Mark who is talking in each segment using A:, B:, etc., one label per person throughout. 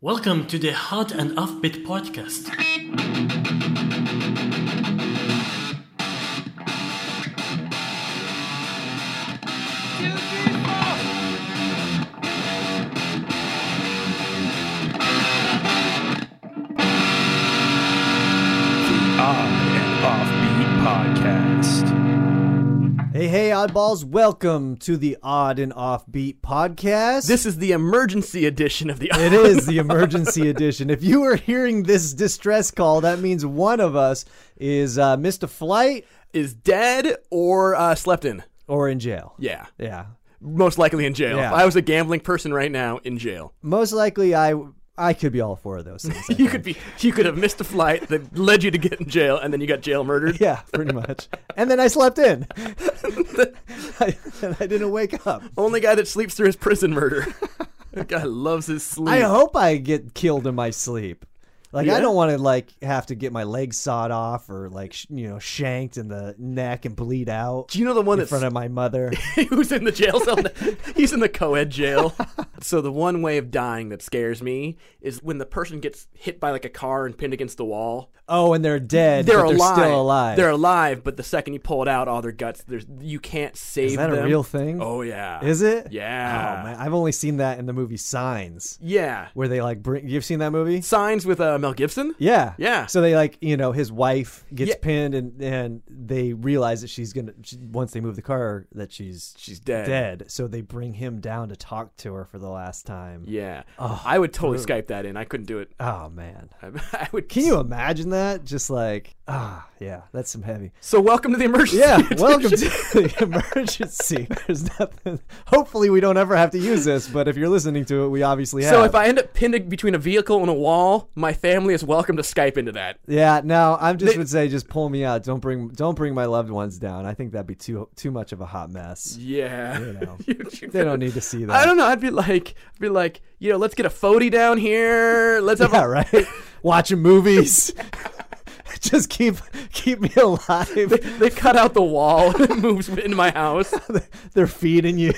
A: Welcome to the Hot and Offbeat podcast.
B: On and Offbeat Podcast.
C: Hey, hey, oddballs, welcome to the Odd and Offbeat podcast.
D: This is the emergency edition of the.
C: it is the emergency edition. If you are hearing this distress call, that means one of us is uh, missed a flight
D: is dead or uh, slept in.
C: or in jail.
D: Yeah,
C: Yeah.
D: most likely in jail.
C: Yeah.
D: If I was a gambling person right now in jail.
C: Most likely I I could be all four of those things. I
D: You
C: think.
D: could be. You could have missed a flight that led you to get in jail, and then you got jail murdered.
C: yeah, pretty much. And then I slept in. I, and I didn't wake up.
D: Only guy that sleeps through his prison murder. that guy loves his sleep.
C: I hope I get killed in my sleep. Like
D: Yeah?
C: I don't want to like have to get my legs sawed off or like sh- you know shanked in the neck and bleed out.
D: Do you know the one
C: in
D: that's
C: front of my mother.
D: who's in the jail cell? He's in the co-ed jail. so the one way of dying that scares me is when the person gets hit by like a car and pinned against the wall.
C: Oh, and they're dead.
D: they're,
C: but
D: alive.
C: They're still alive.
D: They're alive, but the second you pull it out, all their guts. There's you can't save.
C: Is that a
D: them.
C: real thing?
D: Oh yeah.
C: Is it?
D: Yeah.
C: Oh man, I've only seen that in the movie Signs,
D: Yeah.
C: where they like bring. You've seen that movie?
D: Signs with uh, Mel Gibson.
C: Yeah.
D: Yeah.
C: So they like you know his wife gets
D: Yeah.
C: pinned and and they realize that she's gonna she, once they move the car that she's
D: She's dead.
C: dead. So they bring him down to talk to her for the last time.
D: Yeah. I would totally Skype that in. I couldn't do it.
C: Oh man.
D: I, I would.
C: Can you imagine that? Just like ah, yeah, that's some heavy.
D: So welcome to the emergency.
C: Yeah,
D: edition.
C: welcome to the emergency. There's nothing. Hopefully, we don't ever have to use this, but if you're listening to it, we obviously have.
D: So if I end up pinned between a vehicle and a wall, my family is welcome to Skype into that.
C: yeah, no, I'm just
D: They-
C: would say just pull me out. Don't bring don't bring my loved ones down. I think that'd be too too much of a hot mess.
D: Yeah.
C: know.
D: You- you-
C: They don't need to see that.
D: I don't know. I'd be like, I'd be like, you know, let's get a fody down here. Let's have
C: Yeah,
D: a
C: right. Watching movies. just keep keep me
D: they,
C: alive.
D: they cut out the wall and it moves into my house.
C: They're feeding you.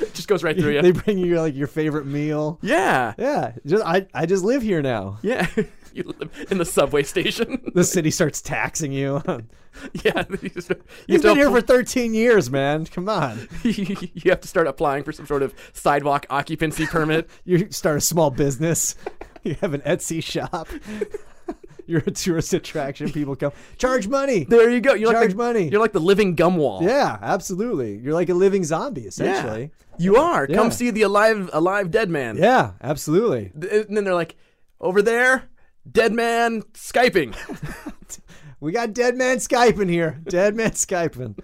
D: It just goes right through you.
C: they bring you like your favorite meal.
D: yeah.
C: Yeah, just I I just live here now.
D: Yeah. you live in the subway station.
C: The city starts taxing you.
D: yeah. You, just, you
C: You've
D: have
C: been
D: to
C: here for
D: appl-
C: 13 years, man. Come on.
D: you have to start applying for some sort of sidewalk occupancy permit.
C: You start a small business. You have an Etsy shop. You're a tourist attraction. People come. Charge money.
D: There you go. You're like
C: Charge
D: the,
C: money.
D: You're like the living gum wall.
C: Yeah, absolutely. You're like a living zombie,
D: Yeah.
C: essentially.
D: You are.
C: Yeah.
D: Come see the alive alive dead man.
C: Yeah, absolutely.
D: Th- And then they're like, over there, dead man Skyping.
C: We got Dead Man Skyping here. Dead Man Skyping.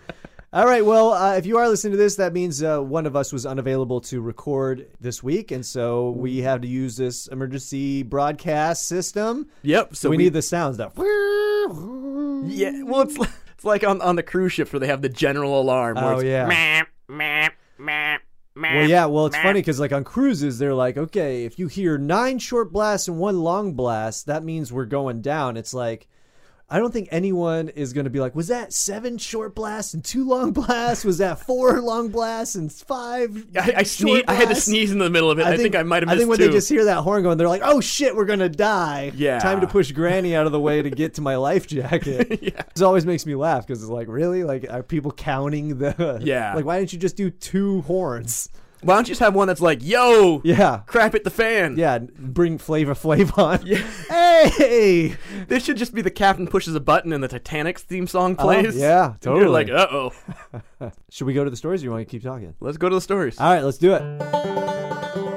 C: All right. Well, uh, if you are listening to this, that means uh, one of us was unavailable to record this week, and so
D: Mm.
C: we have to use this emergency broadcast system.
D: yep. So
C: we,
D: we,
C: need the sounds that.
D: Yeah. Well, it's li- it's like on, on the cruise ships where they have the general alarm. where
C: Oh
D: it's,
C: yeah. Well, yeah. Well, it's funny because like on cruises, they're like, okay, if you hear nine short blasts and one long blast, that means we're going down. It's like, I don't think anyone is going to be like, was that seven short blasts and two long blasts? Was that four long blasts and five?
D: I, I, sneeze,
C: short
D: I had to
C: blasts?"
D: sneeze in the middle of it. I, think, I might have missed
C: I think when
D: two.
C: they just hear that horn going, they're like, "Oh shit, we're gonna die!"
D: Yeah.
C: time to push Granny out of the way to get to my life jacket.
D: Yeah.
C: This always makes me laugh because it's like, really, like are people counting the?
D: Yeah.
C: like why didn't you just do two horns?
D: Why don't you just have one that's like, yo,
C: Yeah,
D: crap at the fan?
C: yeah, bring Flavor Flav on. Hey,
D: This should just be the captain pushes a button and the Titanic's theme song plays.
C: Oh, yeah,
D: And
C: totally.
D: You're like, uh oh.
C: should we go to the stories? Or you want to keep talking?
D: Let's go to the stories.
C: All right, let's do it.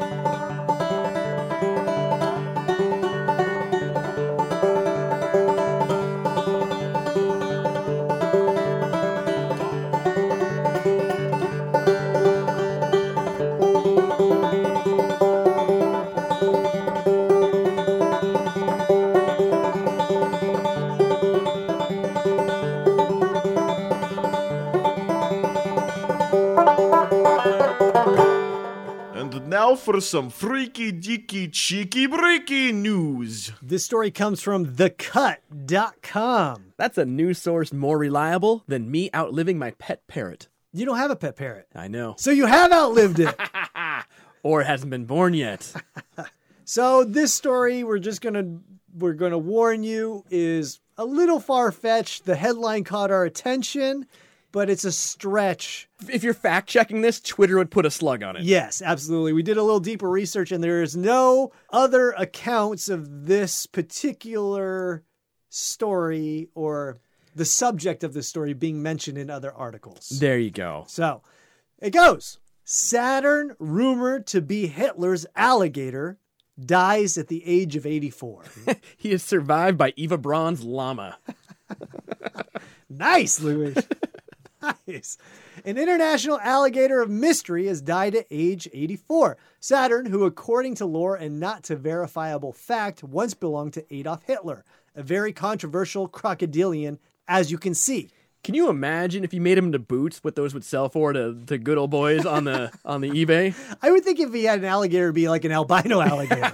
B: And now for some freaky, deaky, cheeky, breaky news.
C: This story comes from thecut.com.
D: That's a news source more reliable than me outliving my pet parrot.
C: You don't have a pet parrot,
D: I know.
C: so you have outlived it.
D: Or it hasn't been born yet.
C: So this story we're just gonna we're gonna warn you is a little far fetched. The headline caught our attention, but it's a stretch.
D: If you're fact checking this, Twitter would put a slug on it.
C: Yes, absolutely. We did a little deeper research, and there is no other accounts of this particular story or the subject of the story being mentioned in other articles.
D: There you go.
C: So it goes Saturn, rumored to be Hitler's alligator, dies at the age of 84.
D: He is survived by Eva Braun's llama.
C: nice, Louis. nice. An international alligator of mystery has died at age 84. Saturn, who, according to lore and not to verifiable fact, once belonged to Adolf Hitler, a very controversial crocodilian, as you can see.
D: Can you imagine if you made him into boots, what those would sell for to the good old boys on the on the eBay?
C: I would think if he had an alligator, it'd be like an albino alligator.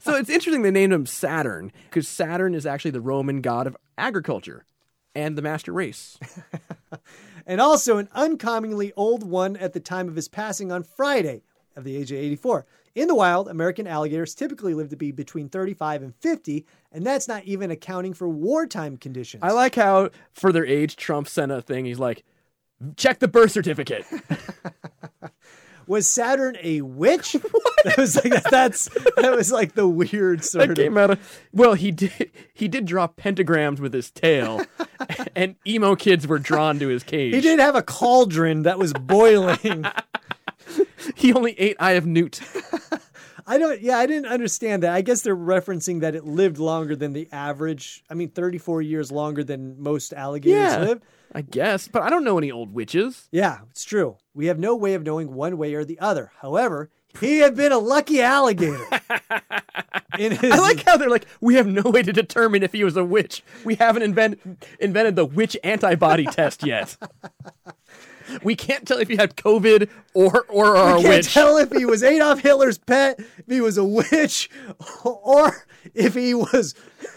D: So it's interesting they named him Saturn because Saturn is actually the Roman god of agriculture and the master race.
C: and also an uncommonly old one at the time of his passing on Friday of the age of 84. In the wild, American alligators typically live to be between 35 and 50, and that's not even accounting for wartime conditions.
D: I like how for their age Trump sent a thing. He's like, check the birth certificate.
C: was Saturn a witch? That was like that's that was like the weird sort
D: That
C: of
D: came out of well, he did he did draw pentagrams with his tail, and emo kids were drawn to his cage.
C: He did have a cauldron that was boiling.
D: He only ate Eye of Newt.
C: I don't. Yeah, I didn't understand that. I guess they're referencing that it lived longer than the average. I mean, 34 years longer than most alligators live.
D: I guess, but I don't know any old witches.
C: Yeah, it's true. We have no way of knowing one way or the other. However, he had been a lucky alligator. In his,
D: I like how they're like, we have no way to determine if he was a witch. We haven't invent- invented the witch antibody test yet. We can't tell if you had COVID or or are a
C: can't
D: witch.
C: tell if he was Adolf Hitler's pet, if he was a witch, or if he was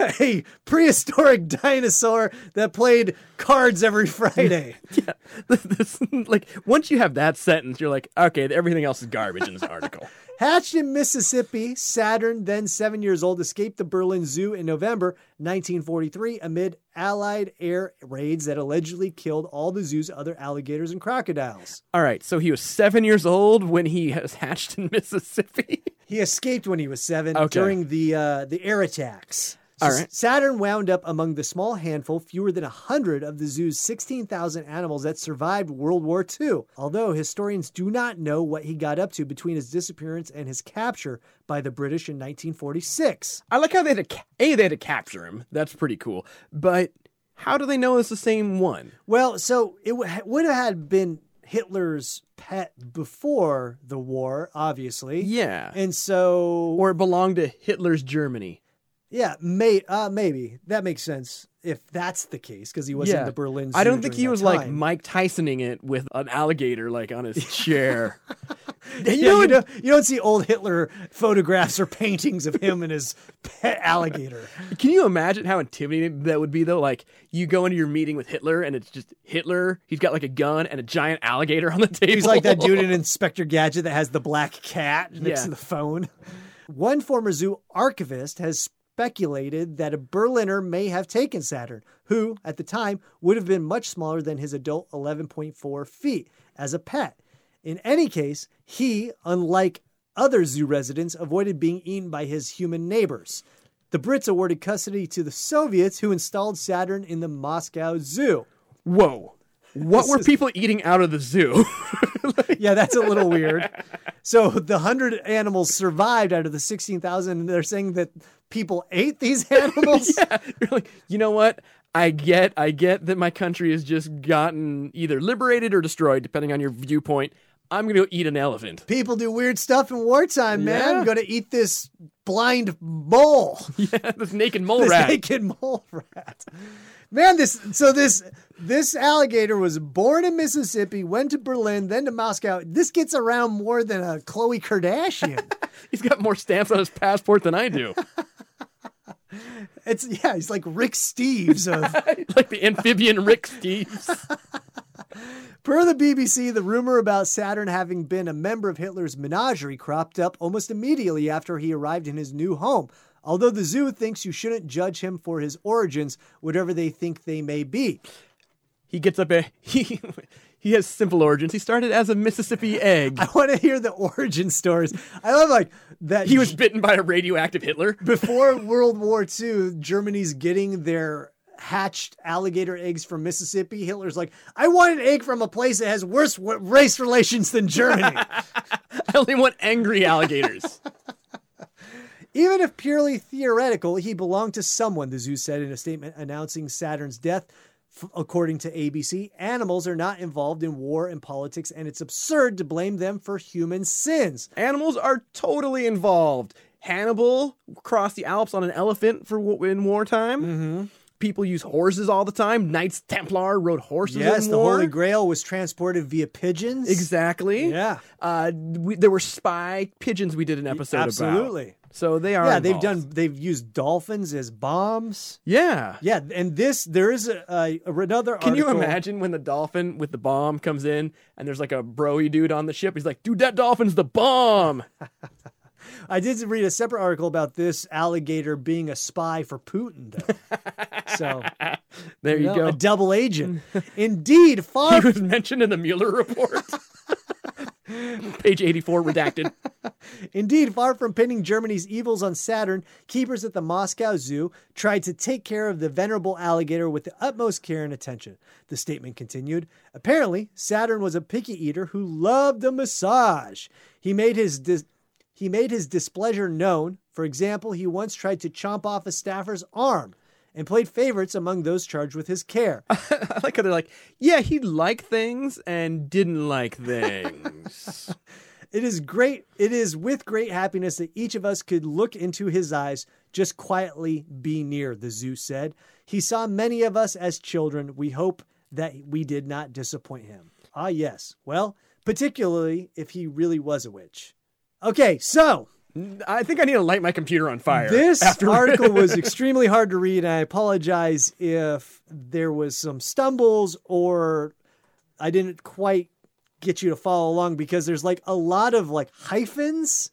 C: a prehistoric dinosaur that played cards every Friday.
D: Yeah. This- like once you have that sentence, you're like, okay, everything else is garbage in this article.
C: Hatched in Mississippi, Saturn, then seven years old, escaped the Berlin Zoo in November 1943 amid Allied air raids that allegedly killed all the zoo's other alligators and crocodiles.
D: All right, so he was seven years old when he was hatched in Mississippi.
C: He escaped when he was seven
D: Okay.
C: during the uh, the air attacks. So
D: All right.
C: Saturn wound up among the small handful, fewer than 100 of the zoo's 16,000 animals that survived World War II. Although historians do not know what he got up to between his disappearance and his capture by the British in 1946.
D: I like how they had to ca- a they had to capture him. That's pretty cool. But how do they know it's the same one?
C: Well, so it w- would have had been Hitler's pet before the war, obviously.
D: Yeah,
C: And so,
D: or it belonged to Hitler's Germany.
C: yeah, may, uh, maybe that makes sense if that's the case because he was in the Berlin. Zoo
D: I don't think
C: during
D: he
C: that
D: was like
C: time.
D: Mike Tysoning it with an alligator like on his chair.
C: Yeah, you,
D: know,
C: don't, you don't see old Hitler photographs or paintings of him and his pet alligator.
D: Can you imagine how intimidating that would be though? Like you go into your meeting with Hitler and it's just Hitler. He's got like a gun and a giant alligator on the table.
C: He's like that dude in Inspector Gadget that has the black cat next
D: Yeah.
C: to the phone. One former zoo archivist has speculated that a Berliner may have taken Saturn, who at the time would have been much smaller than his adult 11.4 feet as a pet. In any case, he, unlike other zoo residents, avoided being eaten by his human neighbors. The Brits awarded custody to the Soviets, who installed Saturn in the Moscow Zoo.
D: Whoa. What were people eating out of the zoo?
C: Yeah, that's a little weird. So the hundred animals survived out of the sixteen thousand, and they're saying that people ate these animals.
D: You're like, you know what? I get, I get that my country has just gotten either liberated or destroyed, depending on your viewpoint. I'm gonna go eat an elephant.
C: People do weird stuff in wartime, man.
D: Yeah.
C: I'm gonna eat this blind mole,
D: this naked mole
C: this
D: rat.
C: naked mole rat. Man, this so this this alligator was born in Mississippi, went to Berlin, then to Moscow. This gets around more than a Khloe Kardashian.
D: He's got more stamps on his passport than I do.
C: it's yeah, he's like Rick Steves of
D: like the amphibian Rick Steves.
C: Per the BBC, the rumor about Saturn having been a member of Hitler's menagerie cropped up almost immediately after he arrived in his new home. Although the zoo thinks you shouldn't judge him for his origins, whatever they think they may be.
D: He gets up a he. He has simple origins. He started as a Mississippi egg.
C: I want to hear the origin stories. I love like that
D: He was bitten by a radioactive Hitler.
C: before World War II, Germany's getting their hatched alligator eggs from Mississippi. Hitler's like, I want an egg from a place that has worse w- race relations than Germany.
D: I only want angry alligators.
C: Even if purely theoretical, he belonged to someone, the zoo said in a statement announcing Saturn's death. F- According to ABC, animals are not involved in war and politics, and it's absurd to blame them for human sins.
D: Animals are totally involved. Hannibal crossed the Alps on an elephant for wa- in wartime. Mm-hmm. People use horses all the time. Knights Templar rode horses.
C: Yes,
D: in
C: the
D: war.
C: Holy Grail was transported via pigeons.
D: Exactly.
C: Yeah.
D: Uh, we, there were spy pigeons. We did an episode about.
C: Absolutely.
D: So they are.
C: Yeah, they've
D: involved.
C: done. They've used dolphins as bombs.
D: Yeah.
C: Yeah, and this there is a, a another.
D: Can you
C: article-
D: imagine when the dolphin with the bomb comes in and there's like a broy dude on the ship? He's like, dude, that dolphin's the bomb.
C: I did read a separate article about this alligator being a spy for Putin, though. so
D: There you
C: no,
D: go.
C: a double agent, indeed.
D: he
C: Far
D: was mentioned in the Mueller report. Page 84 redacted.
C: Indeed, far from pinning Germany's evils on Saturn, keepers at the Moscow Zoo tried to take care of the venerable alligator with the utmost care and attention. The statement continued Apparently, Saturn was a picky eater who loved a massage. He made his, dis- he made his displeasure known. For example, he once tried to chomp off a staffer's arm and played favorites among those charged with his care.
D: I like how they're like, yeah, he liked things and didn't like things.
C: It is great. It is with great happiness that each of us could look into his eyes, just quietly be near, the zoo said. He saw many of us as children. We hope that we did not disappoint him. Ah, yes. Well, particularly if he really was a witch. Okay, so
D: I think I need to light my computer on fire.
C: this
D: after-
C: article was extremely hard to read. And I apologize if there was some stumbles or I didn't quite get you to follow along because there's like a lot of like hyphens,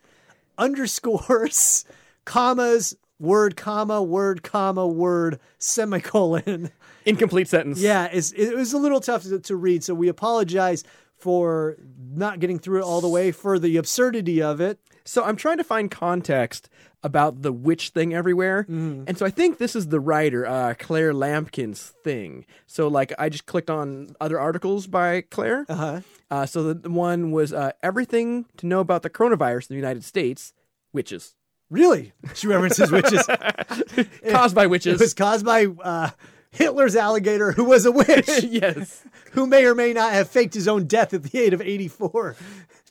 C: underscores, commas, word comma, word comma, word semicolon.
D: incomplete sentence.
C: Yeah, it's, it was a little tough to, to read, so we apologize for not getting through it all the way for the absurdity of it.
D: So I'm trying to find context about the witch thing everywhere.
C: Mm.
D: And so I think this is the writer, uh, Claire Lampkin's thing. So, like, I just clicked on other articles by Claire. Uh-huh. so the, the one was uh, Everything to Know About the Coronavirus in the United States Witches.
C: Really, she references witches.
D: Caused by
C: Eh. It was
D: witches.
C: caused by uh, Hitler's alligator, who was a witch,
D: yes.
C: who may or may not have faked his own death at the age of 84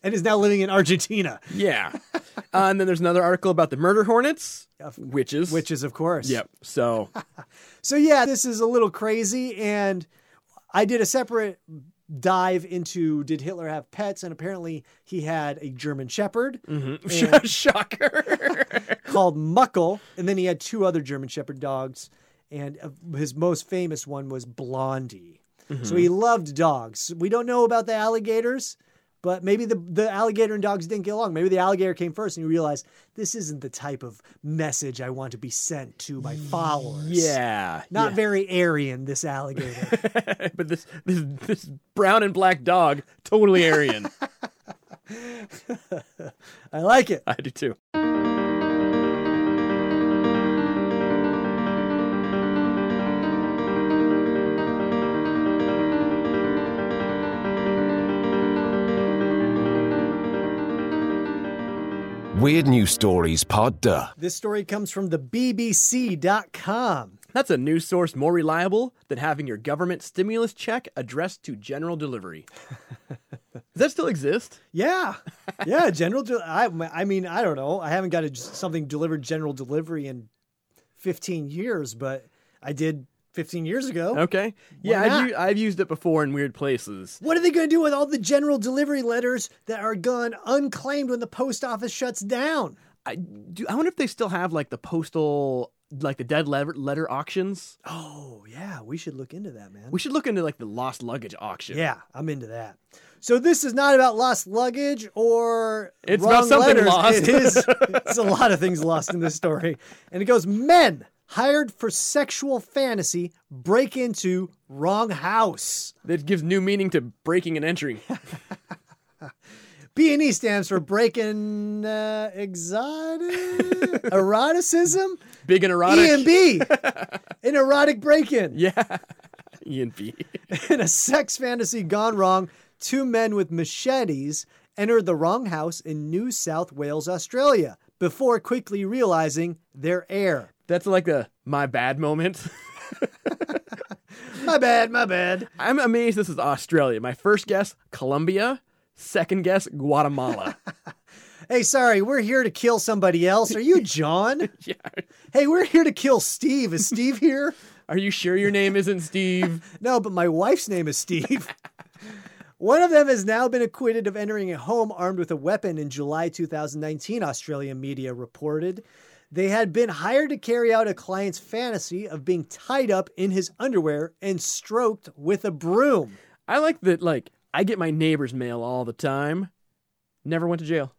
C: and is now living in Argentina.
D: Yeah. uh, and then there's another article about the murder hornets. Witches.
C: Witches, of course.
D: Yep. So
C: So, yeah, this is a little crazy. And I did a separate dive into did Hitler have pets? And apparently he had a German Shepherd
D: shocker.
C: called Muckle. And then he had two other German Shepherd dogs. And uh, his most famous one was Blondie. So
D: Mm-hmm.
C: he loved dogs. We don't know about the alligators, but maybe the, the alligator and dogs didn't get along. Maybe the alligator came first and he realized this isn't the type of message I want to be sent to my followers.
D: yeah.
C: Not very Aryan, this alligator.
D: but this this this brown and black dog totally Aryan.
C: I like it.
D: I do too.
E: Weird News Stories Pod Duh.
C: This story comes from the BBC.com.
D: That's a news source more reliable than having your government stimulus check addressed to general delivery. Does that still exist?
C: Yeah. Yeah, general de- I I mean, I don't know. I haven't got a, something delivered general delivery in 15 years, but I did 15 years ago.
D: Okay.
C: Why
D: Yeah, I've,
C: not?
D: u- I've used it before in weird places.
C: What are they going to do with all the general delivery letters that are gone unclaimed when the post office shuts down?
D: I do. I wonder if they still have like the postal like the dead letter, letter auctions.
C: Oh, yeah. We should look into that, man.
D: We should look into like the lost luggage auction.
C: yeah, I'm into that. So this is not about lost luggage or
D: It's
C: wrong
D: about something
C: letters.
D: lost.
C: It is. It's a lot of things lost in this story. And it goes, men hired for sexual fantasy break into wrong house.
D: That gives new meaning to breaking and entering.
C: B and E stands for breaking uh, exotic eroticism.
D: Big and erotic.
C: E and B, an erotic break-in.
D: Yeah. ENP.
C: In a sex fantasy gone wrong, two men with machetes entered the wrong house in New South Wales, Australia, before quickly realizing their heir.
D: That's like a my bad moment.
C: My bad, my bad.
D: I'm amazed this is Australia. My first guess, Colombia. Second guess, Guatemala.
C: Hey, sorry, we're here to kill somebody else. Are you John?
D: yeah.
C: hey, we're here to kill Steve. Is Steve here?
D: Are you sure your name isn't Steve?
C: No, but my wife's name is Steve. One of them has now been acquitted of entering a home armed with a weapon in July 2019, Australian media reported. They had been hired to carry out a client's fantasy of being tied up in his underwear and stroked with a broom.
D: I like that like I get my neighbor's mail all the time. Never went to jail.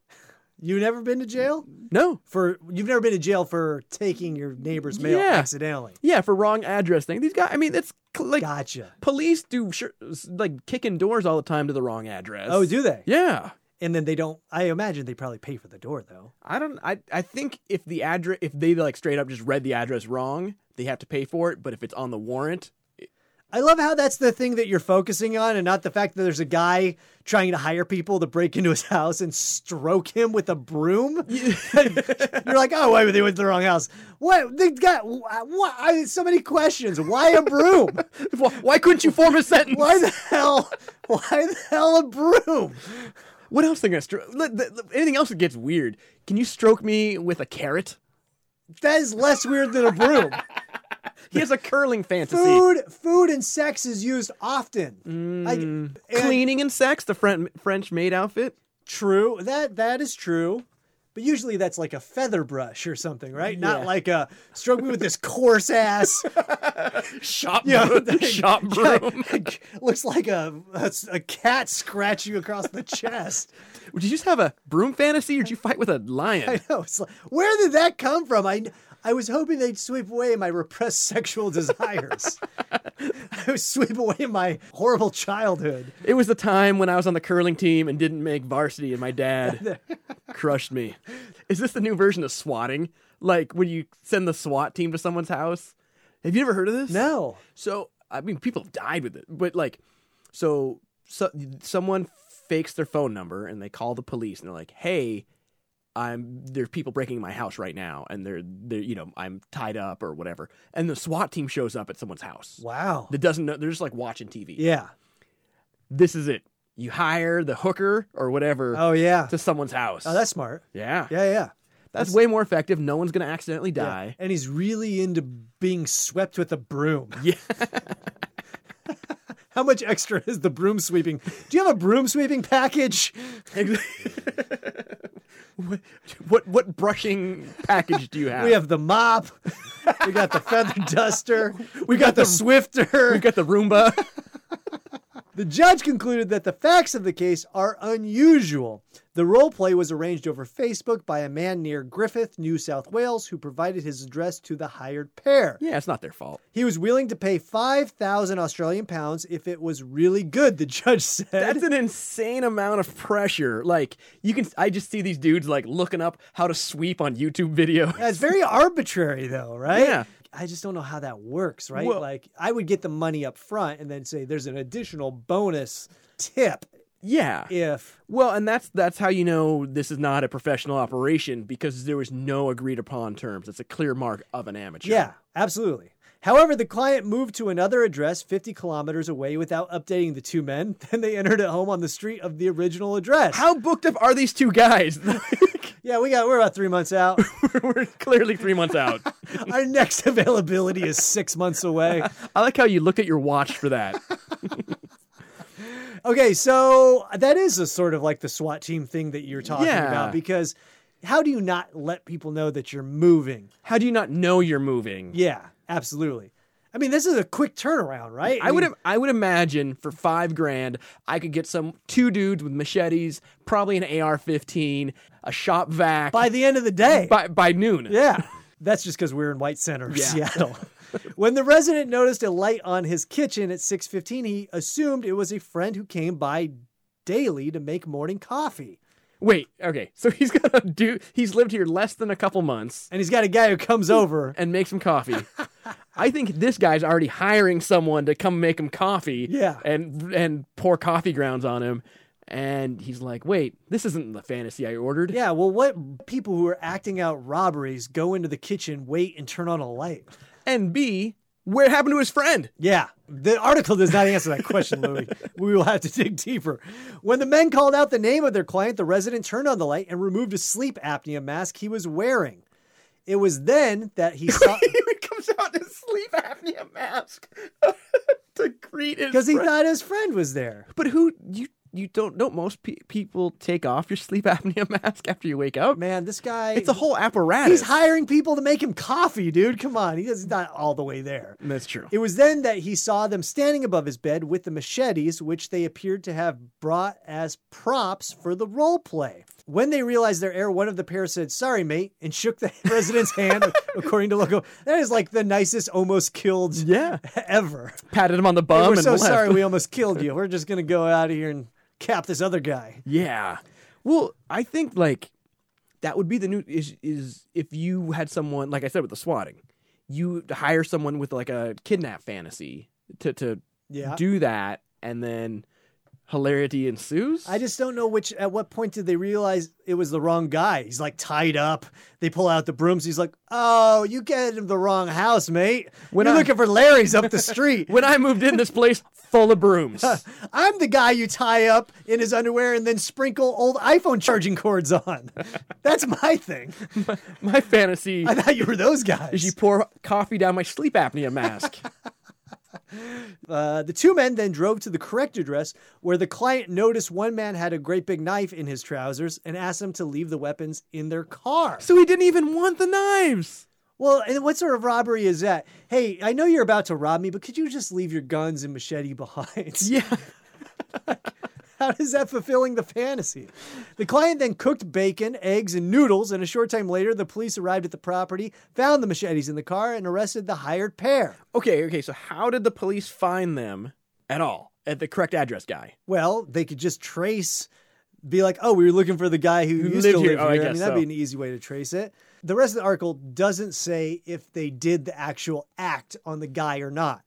C: You never been to jail?
D: No.
C: For you've never been to jail for taking your neighbor's mail
D: Yeah.
C: accidentally.
D: Yeah, for wrong address thing. These guys, I mean, it's cl- like
C: Gotcha.
D: police do sure, like kicking doors all the time to the wrong address.
C: Oh, do they?
D: Yeah.
C: And then they don't I imagine they probably pay for the door though.
D: I don't. I I think if the address, if they like straight up just read the address wrong, they have to pay for it. But if it's on the warrant,
C: I love how that's the thing that you're focusing on and not the fact that there's a guy trying to hire people to break into his house and stroke him with a broom. you're like, oh, why they went to the wrong house? What? They got what? I, so many questions. Why a broom?
D: why, why couldn't you form a sentence?
C: why the hell? Why the hell a broom?
D: What else they're gonna stroke? Anything else that gets weird? Can you stroke me with a carrot?
C: That is less weird than a broom.
D: He has a curling fantasy.
C: Food, food, and sex is used often. I- and-
D: Cleaning and sex, the French French maid outfit.
C: True. That that is true. But usually that's like a feather brush or something, right? Not
D: Yeah.
C: like a stroke me with this coarse ass.
D: Shop
C: Yeah.
D: broom. Shop broom.
C: looks like a, a a cat scratch you across the chest.
D: Did you just have a broom fantasy, or did you fight with a lion?
C: I know. It's like, where did that come from? I I was hoping they'd sweep away my repressed sexual desires. I would sweep away my horrible childhood.
D: It was the time when I was on the curling team and didn't make varsity, and my dad crushed me. Is this the new version of swatting? Like when you send the SWAT team to someone's house? Have you ever heard of this?
C: No.
D: So I mean, people have died with it, but like, so, so someone fakes their phone number and they call the police and they're like, "Hey, I'm there's people breaking my house right now, and they're they're you know I'm tied up or whatever." And the SWAT team shows up at someone's house
C: Wow.
D: that doesn't know. They're just like watching TV.
C: Yeah.
D: This is it. You hire the hooker or whatever
C: Oh yeah.
D: to someone's house.
C: Oh, that's smart.
D: yeah.
C: Yeah, yeah.
D: That's way more effective. No one's gonna accidentally
C: Yeah.
D: die.
C: And he's really into being swept with a broom.
D: Yeah.
C: How much extra is the broom sweeping? Do you have a broom sweeping package?
D: what, what what brushing package do you have?
C: We have the mop. We got the feather duster. We got the
D: We've
C: swifter.
D: got the Roomba.
C: The judge concluded that the facts of the case are unusual. The role play was arranged over Facebook by a man near Griffith, New South Wales, who provided his address to the hired pair.
D: yeah, it's not their fault.
C: He was willing to pay 5,000 Australian pounds if it was really good, the judge said.
D: That's an insane amount of pressure. Like you can, I just see these dudes like looking up how to sweep on YouTube video.
C: Yeah, it's very arbitrary though, right?
D: Yeah.
C: I just don't know how that works, right?
D: Well-
C: like I would get the money up front and then say there's an additional bonus tip
D: yeah.
C: if
D: Well, and that's that's how you know this is not a professional operation because there was no agreed upon terms. It's a clear mark of an amateur.
C: Yeah, absolutely. However, the client moved to another address 50 kilometers away without updating the two men. Then they entered a home on the street of the original address.
D: How booked up are these two guys?
C: Yeah, we got we're about 3 months out.
D: We're clearly three months out.
C: Our next availability is 6 months away.
D: I like how you looked at your watch for that.
C: Okay, so that is a sort of like the SWAT team thing that you're talking
D: Yeah.
C: about because how do you not let people know that you're moving?
D: How do you not know you're moving?
C: Yeah, absolutely. I mean, this is a quick turnaround, right?
D: I would
C: mean,
D: I would imagine for five grand I could get some two dudes with machetes, probably an AR fifteen, a shop vac
C: by the end of the day.
D: by, by noon.
C: Yeah. That's just because we're in White Center,
D: Yeah.
C: Seattle. when the resident noticed a light on his kitchen at 6:15, he assumed it was a friend who came by daily to make morning coffee.
D: Wait, okay. So he's got a dude he's lived here less than a couple months
C: And he's got a guy who comes over.
D: and makes him coffee. I think this guy's already hiring someone to come make him coffee
C: Yeah.
D: and and pour coffee grounds on him. And he's like, wait, this isn't the fantasy I ordered.
C: Yeah, well, what people who are acting out robberies go into the kitchen, wait, and turn on a light?
D: And B, where happened to his friend?
C: Yeah, the article does not answer that question, Louis. We will have to dig deeper. When the men called out the name of their client, the resident turned on the light and removed a sleep apnea mask he was wearing. It was then that he saw.
D: he comes out in sleep apnea mask to greet his
C: because he
D: friend.
C: thought his friend was there.
D: but who you you don't don't most pe- people take off your sleep apnea mask after you wake up?
C: Man, this guy.
D: It's a whole apparatus.
C: He's hiring people to make him coffee, dude. Come on. He's not all the way there.
D: That's true.
C: It was then that he saw them standing above his bed with the machetes, which they appeared to have brought as props for the role play. When they realized their error, one of the pair said, Sorry, mate, and shook the resident's hand, according to Loco. That is like the nicest almost killed
D: yeah,
C: ever.
D: patted him on the bum.
C: We're
D: and
C: so
D: left.
C: sorry we almost killed you. We're just going to go out of here and cap this other guy.
D: Yeah. Well, I think like that would be the new is is if you had someone like I said with the swatting, you hire someone with like a kidnap fantasy to to
C: Yeah.
D: do that, and then hilarity ensues.
C: I just don't know which. At what point did they realize it was the wrong guy? He's like tied up. They pull out the brooms. He's like, "Oh, you get him the wrong house, mate.
D: When
C: You're
D: I-
C: looking for Larry's up the street.
D: when I moved in this place full of brooms.
C: I'm the guy you tie up in his underwear and then sprinkle old iPhone charging cords on. That's my thing.
D: My fantasy
C: I thought you were those
D: is you
C: guys.
D: pour coffee down my sleep apnea mask.
C: Uh, the two men then drove to the correct address, where the client noticed one man had a great big knife in his trousers and asked him to leave the weapons in their car.
D: so he didn't even want the knives.
C: Well, and what sort of robbery is that? Hey, I know you're about to rob me, but could you just leave your guns and machete behind?
D: Yeah.
C: How is that fulfilling the fantasy? The client then cooked bacon, eggs, and noodles, and a short time later, the police arrived at the property, found the machetes in the car, and arrested the hired pair.
D: Okay, okay, so how did the police find them at all? At the correct address guy.
C: Well, they could just trace, be like, oh, we were looking for the guy who used
D: lived
C: to
D: here.
C: live here.
D: Oh, I
C: I,
D: guess
C: mean, that'd
D: so.
C: be an easy way to trace it. The rest of the article doesn't say if they did the actual act on the guy or not.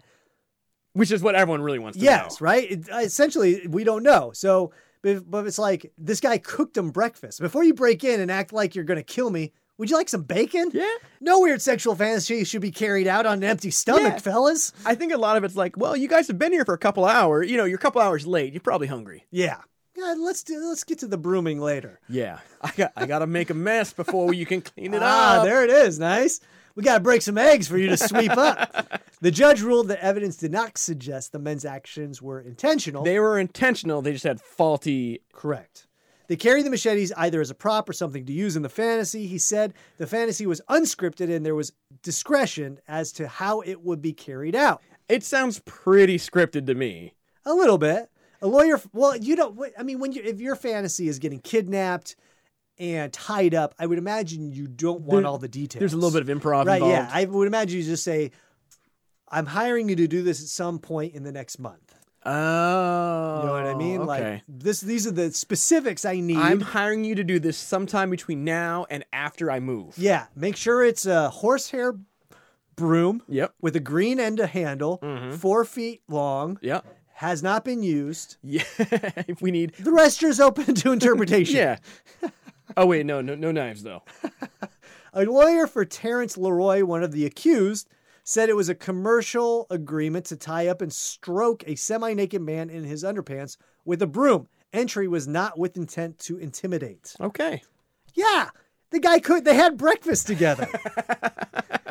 D: Which is what everyone really wants to
C: Yes,
D: know.
C: right. It, uh, essentially, we don't know. So, but, but it's like this guy cooked him breakfast. Before you break in and act like you're going to kill me, would you like some bacon?
D: Yeah.
C: No weird sexual fantasy should be carried out on an empty stomach,
D: Yeah.
C: fellas.
D: I think a lot of it's like, well, you guys have been here for a couple hours. You know, you're a couple hours late. You're probably hungry.
C: Yeah. Yeah. Let's do. Let's get to the brooming later.
D: Yeah. I got I gotta make a mess before you can clean it
C: Ah,
D: up.
C: there it is. Nice. We got to break some eggs for you to sweep up. The judge ruled that evidence did not suggest the men's actions were intentional.
D: They were intentional, they just had faulty
C: Correct. They carry the machetes either as a prop or something to use in the fantasy. He said the fantasy was unscripted and there was discretion as to how it would be carried out.
D: it sounds pretty scripted to me.
C: A little bit. A lawyer. Well, you don't. wh- I mean, when you if your fantasy is getting kidnapped and tied up, I would imagine you don't want
D: There-
C: all the details.
D: There's a little bit of improv
C: right.
D: involved.
C: Yeah, I would imagine you just say, "I'm hiring you to do this at some point in the next month."
D: Oh,
C: You know what I mean? Like
D: Okay.
C: this. These are the specifics I need.
D: I'm hiring you to do this sometime between now and after I move.
C: Yeah, make sure it's a horsehair broom
D: Yep. Mm-hmm.
C: with a green end to handle, four feet long,
D: Yep.
C: has not been used.
D: Yeah. if we need.
C: The rest is open to interpretation.
D: Yeah. Oh wait, no, no, no knives though.
C: A lawyer for Terrence Leroy, one of the accused, said it was a commercial agreement to tie up and stroke a semi naked man in his underpants with a broom. Entry was not with intent to intimidate.
D: Okay.
C: Yeah, the guy could. They had breakfast together.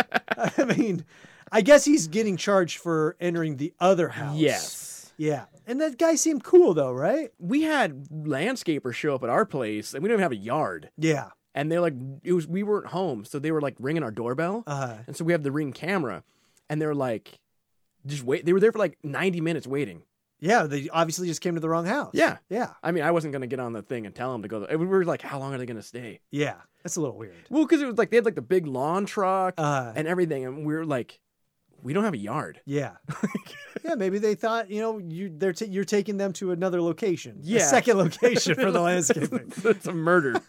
C: I mean, I guess he's getting charged for entering the other house.
D: Yes.
C: Yeah, and that guy seemed cool though, right?
D: We had landscapers show up at our place, and we don't even have a yard.
C: Yeah.
D: and they're like, it was we weren't home, so they were like ringing our doorbell,
C: Uh-huh.
D: and so we have the ring camera, and they're like, just wait. They were there for like ninety minutes waiting.
C: Yeah, they obviously just came to the wrong house.
D: Yeah.
C: Yeah.
D: I mean, I wasn't gonna get on the thing and tell them to go. We were like, how long are they gonna stay?
C: Yeah. That's a little weird.
D: Well, because it was like they had like the big lawn truck
C: Uh,
D: and everything, and we were like, we don't have a yard.
C: yeah. yeah, maybe they thought, you know, you they're ta- you're taking them to another location. a
D: Yeah.
C: second location for the landscaping.
D: it's a murder.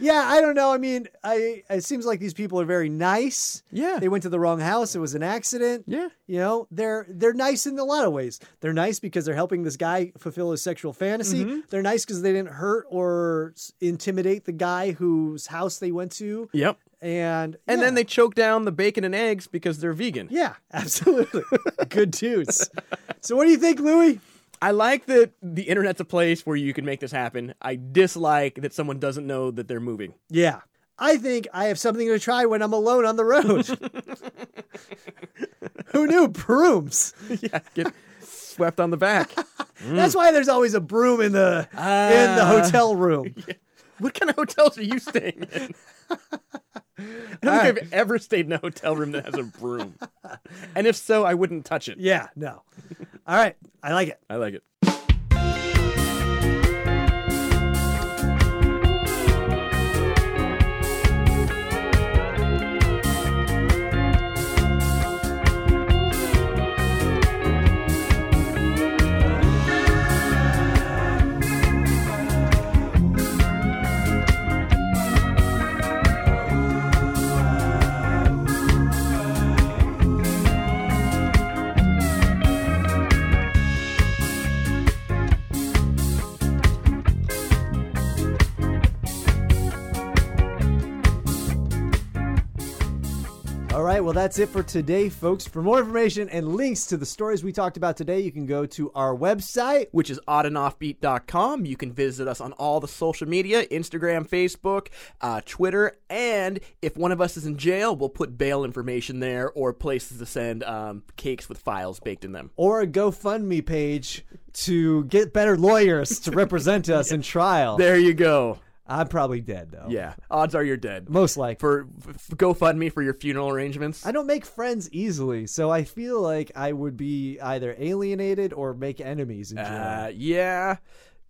C: Yeah, I don't know. I mean, I it seems like these people are very nice.
D: Yeah.
C: They went to the wrong house. It was an accident.
D: Yeah.
C: You know, they're they're nice in a lot of ways. They're nice because they're helping this guy fulfill his sexual fantasy.
D: Mm-hmm.
C: They're nice because they didn't hurt or s- intimidate the guy whose house they went to.
D: Yep.
C: And
D: And
C: yeah.
D: then they choke down the bacon and eggs because they're vegan.
C: Yeah, absolutely. Good dudes. So what do you think, Louis?
D: I like that the internet's a place where you can make this happen. I dislike that someone doesn't know that they're moving.
C: Yeah. I think I have something to try when I'm alone on the road. Who knew brooms?
D: yeah, get swept on the back.
C: That's why there's always a broom in the in
D: Mm.
C: the
D: Ah.
C: hotel room.
D: what kind of hotels are you staying in? I don't think I've ever stayed in a hotel room that has a broom. and if so, I wouldn't touch it.
C: Yeah, no. All right, I like it.
D: I like it.
C: All right, well, that's it for today, folks. For more information and links to the stories we talked about today, you can go to our website.
D: which is oddandoffbeat.com. You can visit us on all the social media Instagram, Facebook, uh, Twitter, and if one of us is in jail, we'll put bail information there or places to send um, cakes with files baked in them.
C: Or a GoFundMe page to get better lawyers to represent us in trial.
D: There you go.
C: I'm probably dead, though.
D: Yeah, odds are you're dead.
C: Most likely.
D: For f- GoFundMe for your funeral arrangements.
C: I don't make friends easily, so I feel like I would be either alienated or make enemies in jail.
D: Uh, yeah,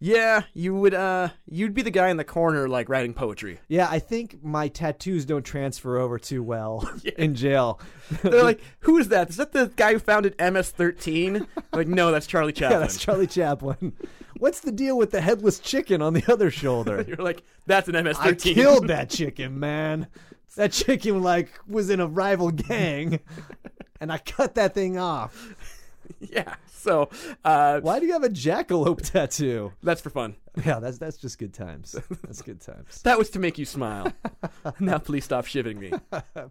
D: yeah, you would. Uh, you'd be the guy in the corner like writing poetry.
C: yeah, I think my tattoos don't transfer over too well in jail.
D: They're like, who is that? Is that the guy who founded MS13? like, no, that's Charlie Chaplin.
C: yeah, that's Charlie Chaplin. What's the deal with the headless chicken on the other shoulder?
D: You're like, that's an MS13.
C: I killed that chicken, man. That chicken like was in a rival gang, and I cut that thing off.
D: yeah. So uh,
C: Why do you have a jackalope tattoo?
D: that's for fun.
C: Yeah, that's that's just good times. That's good times.
D: That was to make you smile. now please stop shivving me.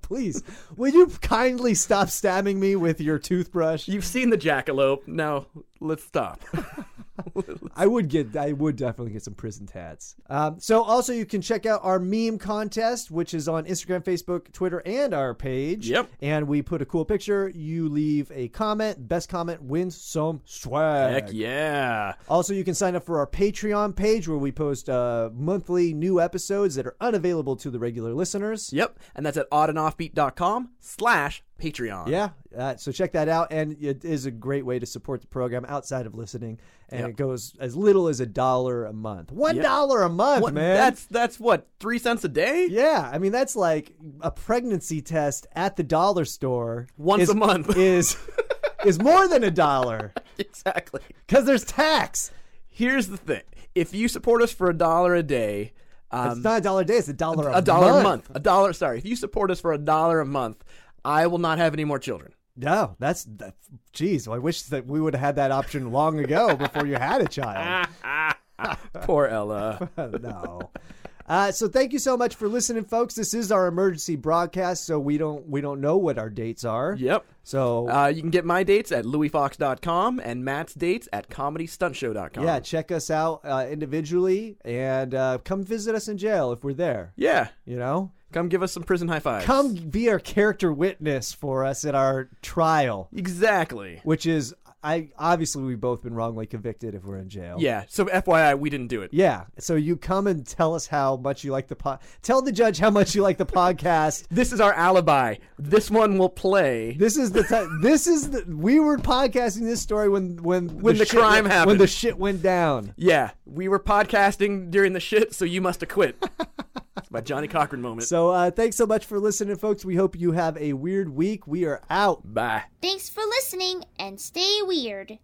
C: Please, will you kindly stop stabbing me with your toothbrush?
D: You've seen the jackalope. Now let's stop.
C: I would get, I would definitely get some prison tats. Um, so also, you can check out our meme contest, which is on Instagram, Facebook, Twitter, and our page.
D: Yep.
C: And we put a cool picture. You leave a comment. Best comment wins some swag.
D: Heck yeah.
C: Also, you can sign up for our Patreon page where we post uh, monthly new episodes that are unavailable to the regular listeners.
D: Yep. And that's at oddandoffbeat.com slash Patreon.
C: Yeah. Uh, so check that out. And it is a great way to support the program outside of listening. And it goes as little as a dollar a month. One dollar a month,
D: What,
C: man.
D: That's that's what three cents a day
C: yeah, I mean that's like a pregnancy test at the dollar store
D: once
C: is,
D: a month.
C: is is more than a dollar
D: exactly.
C: because there's tax.
D: Here's the thing: if you support us for a dollar a day, um,
C: It's not a dollar a day; it's a dollar a,
D: a dollar a month, a dollar. Sorry, if you support us for a dollar a month, I will not have any more children.
C: No, that's that, geez. I wish that we would have had that option long ago before you had a child.
D: Ah.
C: Oh,
D: Poor Ella.
C: no. Uh, so thank you so much for listening, folks. This is our emergency broadcast, so we don't we don't know what our dates are.
D: Yep.
C: So
D: Uh, you can get my dates at louisfox.com and Matt's dates at comedystuntshow.com.
C: yeah, check us out uh, individually and uh, come visit us in jail if we're there.
D: Yeah.
C: You know,
D: Come give us some prison high fives.
C: come be our character witness for us at our trial,
D: Exactly.
C: which is I obviously we've both been wrongly convicted if we're in jail.
F: Yeah. So FYI, we didn't do it.
C: Yeah. So you come and tell us how much you like the pod. Tell the judge how much you like the podcast.
F: This is our alibi. This one will play.
C: This is the time. This is the. We were podcasting this story when when
F: When the
C: shit went-
F: crime
C: When
F: happened.
C: the shit went down.
F: Yeah, we were podcasting during the shit, so you must have quit. It's my Johnny Cochran moment.
C: So uh, thanks so much for listening, folks. We hope you have a weird week. We are out.
F: Bye.
G: Thanks for listening and stay weird.